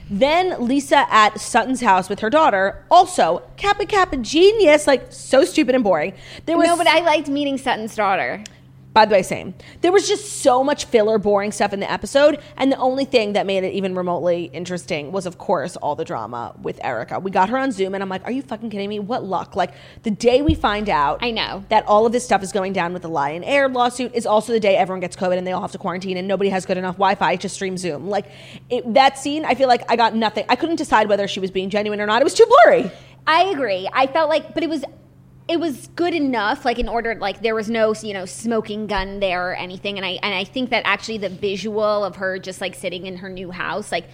Then Lisa at Sutton's house with her daughter, also Kappa Kappa genius, like so stupid and boring. There was
No, but I liked meeting Sutton's daughter.
by the way, same. There was just so much filler, boring stuff in the episode, and the only thing that made it even remotely interesting was, of course, all the drama with Erica. We got her on Zoom, and I'm like, "Are you fucking kidding me? What luck!" Like the day we find out,
I know.
that all of this stuff is going down with the Lion Air lawsuit is also the day everyone gets COVID and they all have to quarantine, and nobody has good enough Wi-Fi to stream Zoom. Like it, that scene, I feel like I got nothing. I couldn't decide whether she was being genuine or not. It was too blurry.
I agree. I felt like, but it was, it was good enough. Like in order, like there was no, you know, smoking gun there or anything. And I and I think that actually the visual of her just like sitting in her new house, like,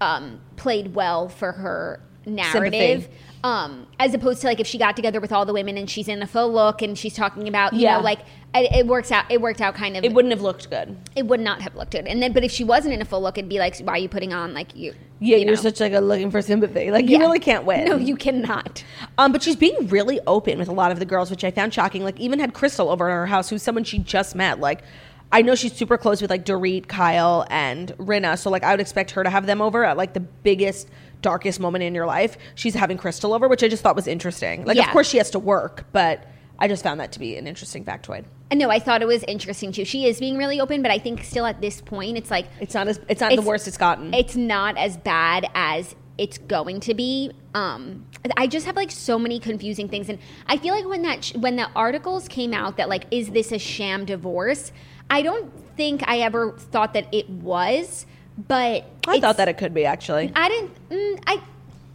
um, played well for her narrative.
Sympathy.
Um, as opposed to like if she got together with all the women and she's in a full look and she's talking about you
Yeah.
know like it, it works out. It worked out kind of.
It wouldn't have looked good.
it would not have looked good. And then, but if she wasn't in a full look, it'd be like, why are you putting on like you?
Yeah, you are
know.
such like a looking for sympathy. Like you
Yeah.
really can't win.
No, you cannot.
Um, but she's being really open with a lot of the girls, which I found shocking. Like even had Crystal over at her house, who's someone she just met. Like I know she's super close with like Dorit, Kyle, and Rinna, so like I would expect her to have them over at like the biggest, darkest moment in your life. She's having Crystal over, which I just thought was interesting. Like of
Yeah.
course she has to work, but I just found that to be an interesting factoid.
And no, I thought it was interesting too. She is being really open, but I think still at this point, it's like
It's not as it's not the
It's-
worst it's gotten.
it's not as bad as it's going to be. Um, I just have like so many confusing things, and I feel like when that sh- when the articles came out that like is this a sham divorce? I don't think I ever thought that it was, but
I
it's-
thought that it could be actually.
I didn't. Mm, I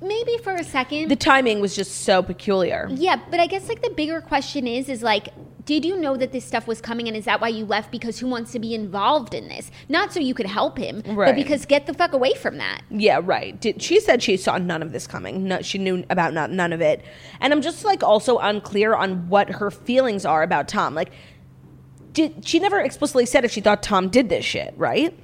maybe for a second.
The timing was just so peculiar.
yeah, but I guess like the bigger question is is like did you know that this stuff was coming and is that why you left because who wants to be involved in this? Not so you could help him,
Right.
but because get the fuck away from that.
Yeah, right. Did, she said she saw none of this coming. No, she knew about not, none of it. And I'm just like also unclear on what her feelings are about Tom. Like, did she never explicitly said if she thought Tom did this shit, right?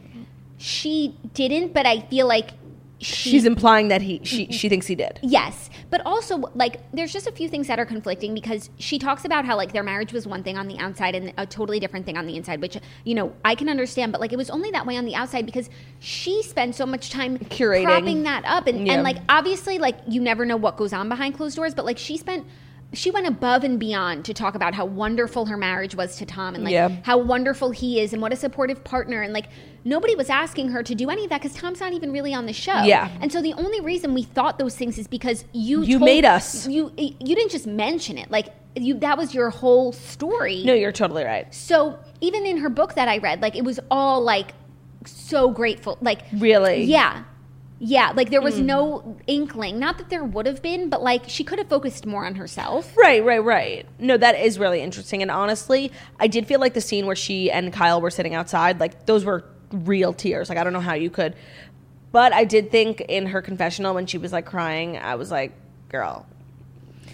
She didn't, but I feel like she,
She's implying that he she she thinks he did.
Yes, but also like there's just a few things that are conflicting because she talks about how like their marriage was one thing on the outside and a totally different thing on the inside, which you know I can understand, but like it was only that way on the outside because she spends so much time
Curating.
propping that up, and,
Yeah.
and like obviously like you never know what goes on behind closed doors, but like she spent. She went above and beyond to talk about how wonderful her marriage was to Tom and like
Yeah.
how wonderful he is and what a supportive partner and like nobody was asking her to do any of that cuz Tom's not even really on the show.
Yeah.
And so the only reason we thought those things is because you
You made us.
you you didn't just mention it like you that was your whole story.
No, you're totally right.
So even in her book that I read, like it was all like so grateful, like
Really? Mm.
yeah, yeah. Like there was no inkling, not that there would have been, but like she could have focused more on herself.
Right, right, right. No, that is really interesting. And honestly, I did feel like the scene where she and Kyle were sitting outside, like those were real tears. Like I don't know how you could, but I did think in her confessional when she was like crying, I was like, "Girl,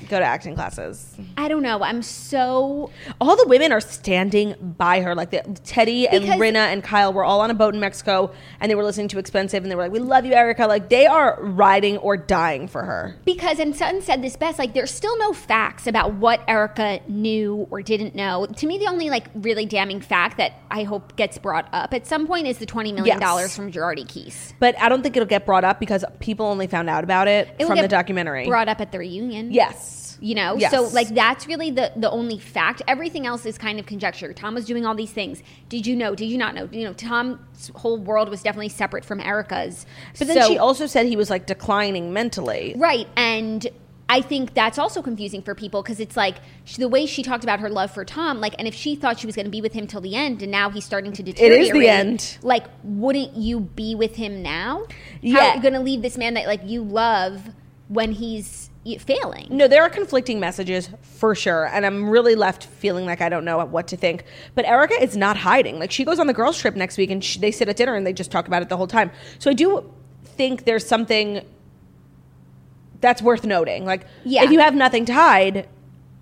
go to acting classes."
I don't know. I'm so
All the women are standing by her. Like the, Teddy and
Because-
Rina and Kyle were all on a boat in Mexico, and they were listening to "Expensive," and they were like, "We love you, Erica." Like they are riding or dying for her.
because and Sutton said this best like there's still no facts about what Erica knew or didn't know. To me the only like really damning fact that I hope gets brought up at some point is the 20
Yes.
million dollars from Girardi Keys.
But I don't think it'll get brought up because people only found out about it,
It will
from
get
the documentary.
Brought up at the reunion.
Yes.
You know?
Yes.
So like that's really the the only fact. Everything else is kind of conjecture. Tom was doing all these things. Did you know? Did you not know? You know, Tom's whole world was definitely separate from Erica's.
But then
So-
she also said he was like declining mentally.
Right. And I think that's also confusing for people because it's like sh the way she talked about her love for Tom, like, and if she thought she was going to be with him till the end and now he's starting to deteriorate.
is the end.
Like, wouldn't you be with him now? How
Yeah.
are you going to leave this man that, like, you love when he's y- failing?
No, there are conflicting messages for sure. And I'm really left feeling like I don't know what to think. But Erica is not hiding. Like she goes on the girls' trip next week and she, they sit at dinner and they just talk about it the whole time. So I do think there's something that's worth noting. Like,
Yeah.
if you have nothing to hide,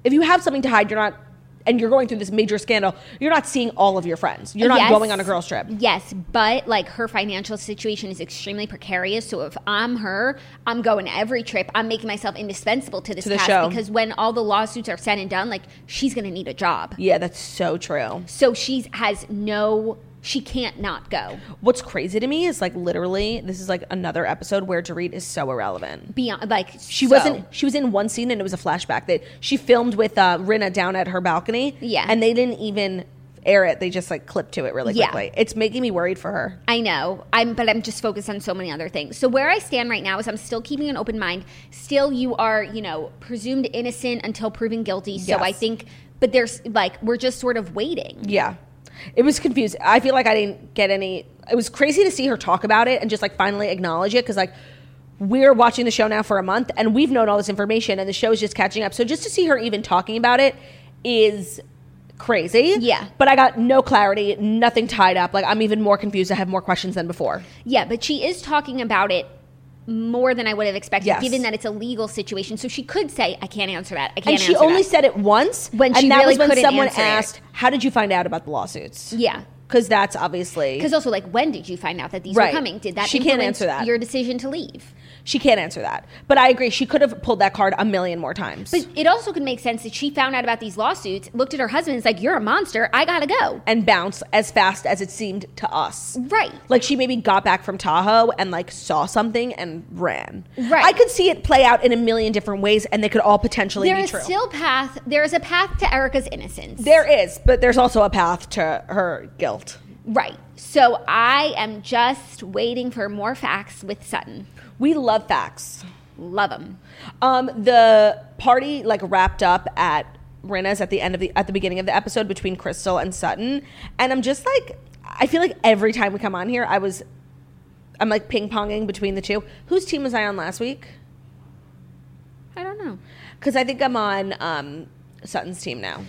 if you have something to hide, you're not. And you're going through this major scandal. You're not seeing all of your friends. You're not
Yes.
going on a girls' trip.
Yes, but like her financial situation is extremely precarious. So if I'm her, I'm going every trip. I'm making myself indispensable to this
To the
cast
show.
because when all the lawsuits are said and done, like she's going to need a job.
Yeah, that's so true.
So she's has no she can't not go.
What's crazy to me is like literally, this is like another episode where Dorit is so irrelevant.
Beyond like
She
so.
wasn't. She was in one scene, and it was a flashback that she filmed with uh, Rinna down at her balcony.
Yeah.
and they didn't even air it. They just like clipped to it really
Yeah.
quickly. It's making me worried for her.
I know. I'm but I'm just focused on so many other things. So where I stand right now is I'm still keeping an open mind. Still you are, you know, presumed innocent until proven guilty. So
Yes.
I think but there's like we're just sort of waiting.
Yeah, it was confused. I feel like I didn't get any. It was crazy to see her talk about it and just like finally acknowledge it because like we're watching the show now for a month and we've known all this information and the show is just catching up. So just to see her even talking about it is crazy.
Yeah.
but I got no clarity, nothing tied up. Like I'm even more confused. I have more questions than before.
Yeah, but she is talking about it more than I would have expected,
Yes.
given that it's a legal situation. So she could say, "I can't answer that. I can't."
And she
answer
only
that."
said it once,
When she
and that
really
was when
couldn't
someone
answer it.
asked, "How did you find out about the lawsuits?"
"Yeah."
because that's obviously
Because also, like, when did you find out that these
Right.
were coming? Did that
She can't
influence
answer that.
your decision to leave?
she can't answer that. But I agree, she could have pulled that card a million more times.
But it also could make sense that she found out about these lawsuits, looked at her husband, and is like, "You're a monster. I gotta go."
and bounce as fast as it seemed to us.
Right.
Like she maybe got back from Tahoe and like saw something and ran.
Right.
I could see it play out in a million different ways, and they could all potentially
There
be
is
true.
still path. There is a path to Erica's innocence.
there is, but there's also a path to her guilt.
Right. So I am just waiting for more facts with Sutton.
We love facts.
Love them.
Um, the party like wrapped up at Rinna's at the end of the at the beginning of the episode between Crystal and Sutton, and I'm just like, I feel like every time we come on here, I was, I'm like ping ponging between the two. Whose team was I on last week?
I don't know.
Because I think I'm on um, Sutton's team now.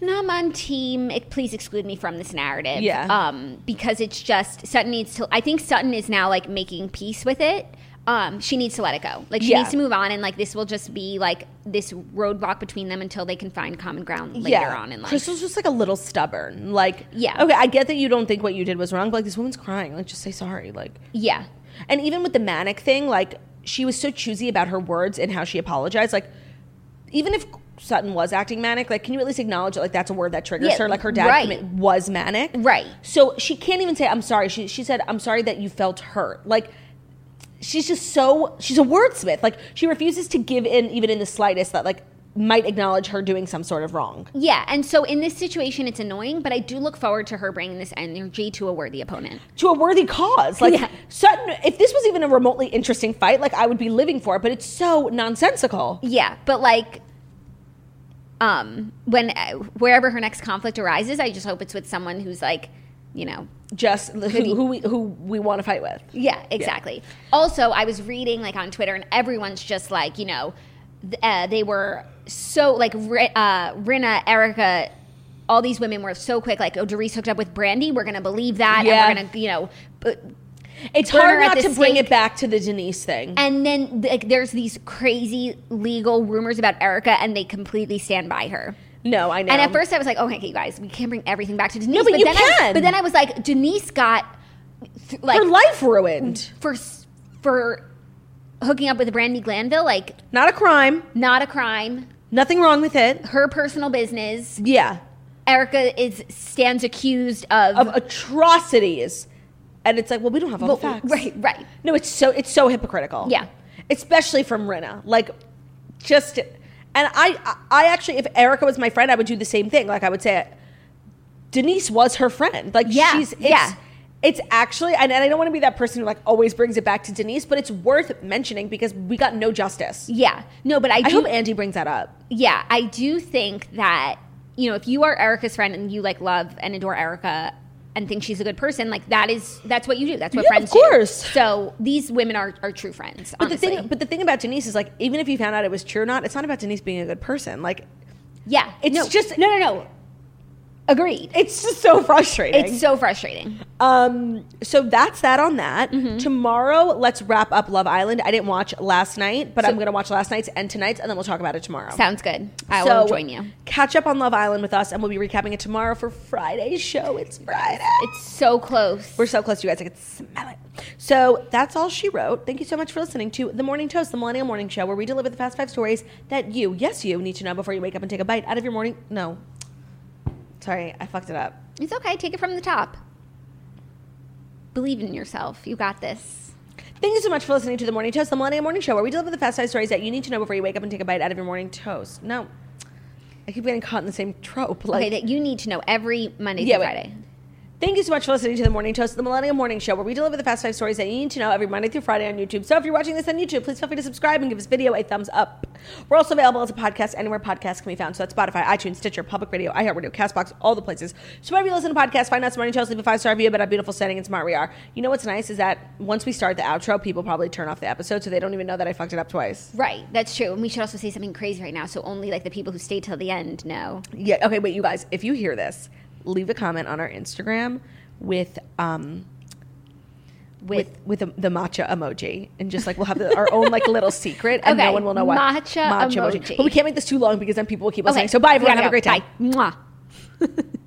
No, I'm on team. It, please exclude me from this narrative.
Yeah.
Um, because it's just Sutton needs to. I think Sutton is now like making peace with it. Um, she needs to let it go. Like she
Yeah.
needs to move on, and like this will just be like this roadblock between them until they can find common ground later on in life.
Crystal's just like a little stubborn. Like,
Yeah.
okay, I get that you don't think what you did was wrong, but like this woman's crying. Like, just say sorry. Like,
yeah.
and even with the manic thing, like she was so choosy about her words and how she apologized. Like, even if Sutton was acting manic, like, can you at least acknowledge that? Like, that's a word that triggers
Yeah,
her. Like, her dad
right.
commit- was manic.
Right.
So she can't even say I'm sorry. She she said I'm sorry that you felt hurt. Like. She's just so she's a wordsmith. Like she refuses to give in even in the slightest that like might acknowledge her doing some sort of wrong.
Yeah. And so in this situation, it's annoying, but I do look forward to her bringing this energy to a worthy opponent.
to a worthy cause. Like
Yeah.
Sutton, if this was even a remotely interesting fight, like I would be living for it. But it's so nonsensical.
Yeah, but like, um, when wherever her next conflict arises, I just hope it's with someone who's like, you know,
Just who, who we who we want to fight with.
yeah, exactly. Also, I was reading like on Twitter, and everyone's just like, you know, th- uh, they were so like Ri- uh, Rina, Erica. All these women were so quick, like, oh, Doris hooked up with Brandy. We're gonna believe that,
Yeah.
and we're gonna, you know, bu-
It's
Burn
hard
her at
not to
the
bring
stake.
it back to the Denise thing.
And then like there's these crazy legal rumors about Erica, and they completely stand by her.
no, I know.
And at first, I was like, "Oh, okay, you guys, we can't bring everything back to Denise."
but you
then I,
can.
but then I was like, Denise got th- like
her life ruined.
for s- for hooking up with Brandy Glanville, like
Not a crime.
not a crime,
Nothing wrong with it.
her personal business.
Yeah,
Erica is stands accused of,
of atrocities. And it's like, well, we don't have all
Well,
the facts.
right, right.
No, it's so it's so hypocritical.
Yeah.
especially from Rena. Like, just and I I actually, if Erica was my friend, I would do the same thing. Like, I would say, Denise was her friend. Like,
Yeah,
she's it's,
yeah.
It's actually, and, and I don't want to be that person who like always brings it back to Denise, but it's worth mentioning because we got no justice.
yeah, no, but I do
I hope Andy brings that up.
yeah, I do think that you know if you are Erica's friend and you like love and adore Erica and think she's a good person, like that is that's what you do. That's what
Yeah, of
friends
course.
do. So these women are, are true friends.
But the
honestly.
thing, but the thing about Denise is like, even if you found out it was true or not, it's not about Denise being a good person. Like,
yeah,
it's
no,
just-
no, no, no. Agreed.
it's just so frustrating.
It's so frustrating.
Um, so that's that on that.
Mm-hmm.
Tomorrow, let's wrap up Love Island. I didn't watch last night, but I'm going to watch last night's and tonight's, and then we'll talk about it tomorrow.
Sounds good. I
So,
will join you.
Catch up on Love Island with us, and we'll be recapping it tomorrow for Friday's show. It's Friday.
It's so close.
We're so close, you guys. I can smell it. So that's all she wrote. Thank you so much for listening to The Morning Toast, the Millennial Morning Show, where we deliver the fast five stories that you, yes, you, need to know before you wake up and take a bite out of your morning. No. Sorry, I fucked it up.
it's okay. Take it from the top. Believe in yourself. You got this.
Thank you so much for listening to the Morning Toast, the Millennial Morning Show, where we deliver the fast five stories that you need to know before you wake up and take a bite out of your morning toast. No, I keep getting caught in the same trope. Like,
Okay, that you need to know every Monday
Yeah,
through
wait.
Friday.
thank you so much for listening to the Morning Toast, the Millennial Morning Show, where we deliver the fast five stories that you need to know every Monday through Friday on YouTube. So if you're watching this on YouTube, please feel free to subscribe and give this video a thumbs up. We're also available as a podcast anywhere podcasts can be found. So that's Spotify, iTunes, Stitcher, Public Radio, iHeartRadio, Castbox, all the places. So wherever you listen to podcasts, find us Morning Toast, leave a five star review about how beautiful setting and smart we are. You know what's nice is that once we start the outro, people probably turn off the episode, so they don't even know that I fucked it up twice.
Right, that's true. And we should also say something crazy right now, so only like the people who stay till the end know.
Yeah. Okay. Wait, you guys. If you hear this, leave a comment on our Instagram with um,
with
with the, the matcha emoji and just like we'll have the, our own like little secret and
Okay,
no one will know why
matcha emoji.
But we can't make this too long because then people will keep listening.
Okay,
So bye everyone.
we
Have a
gotta
great time.
go. Bye. Mwah.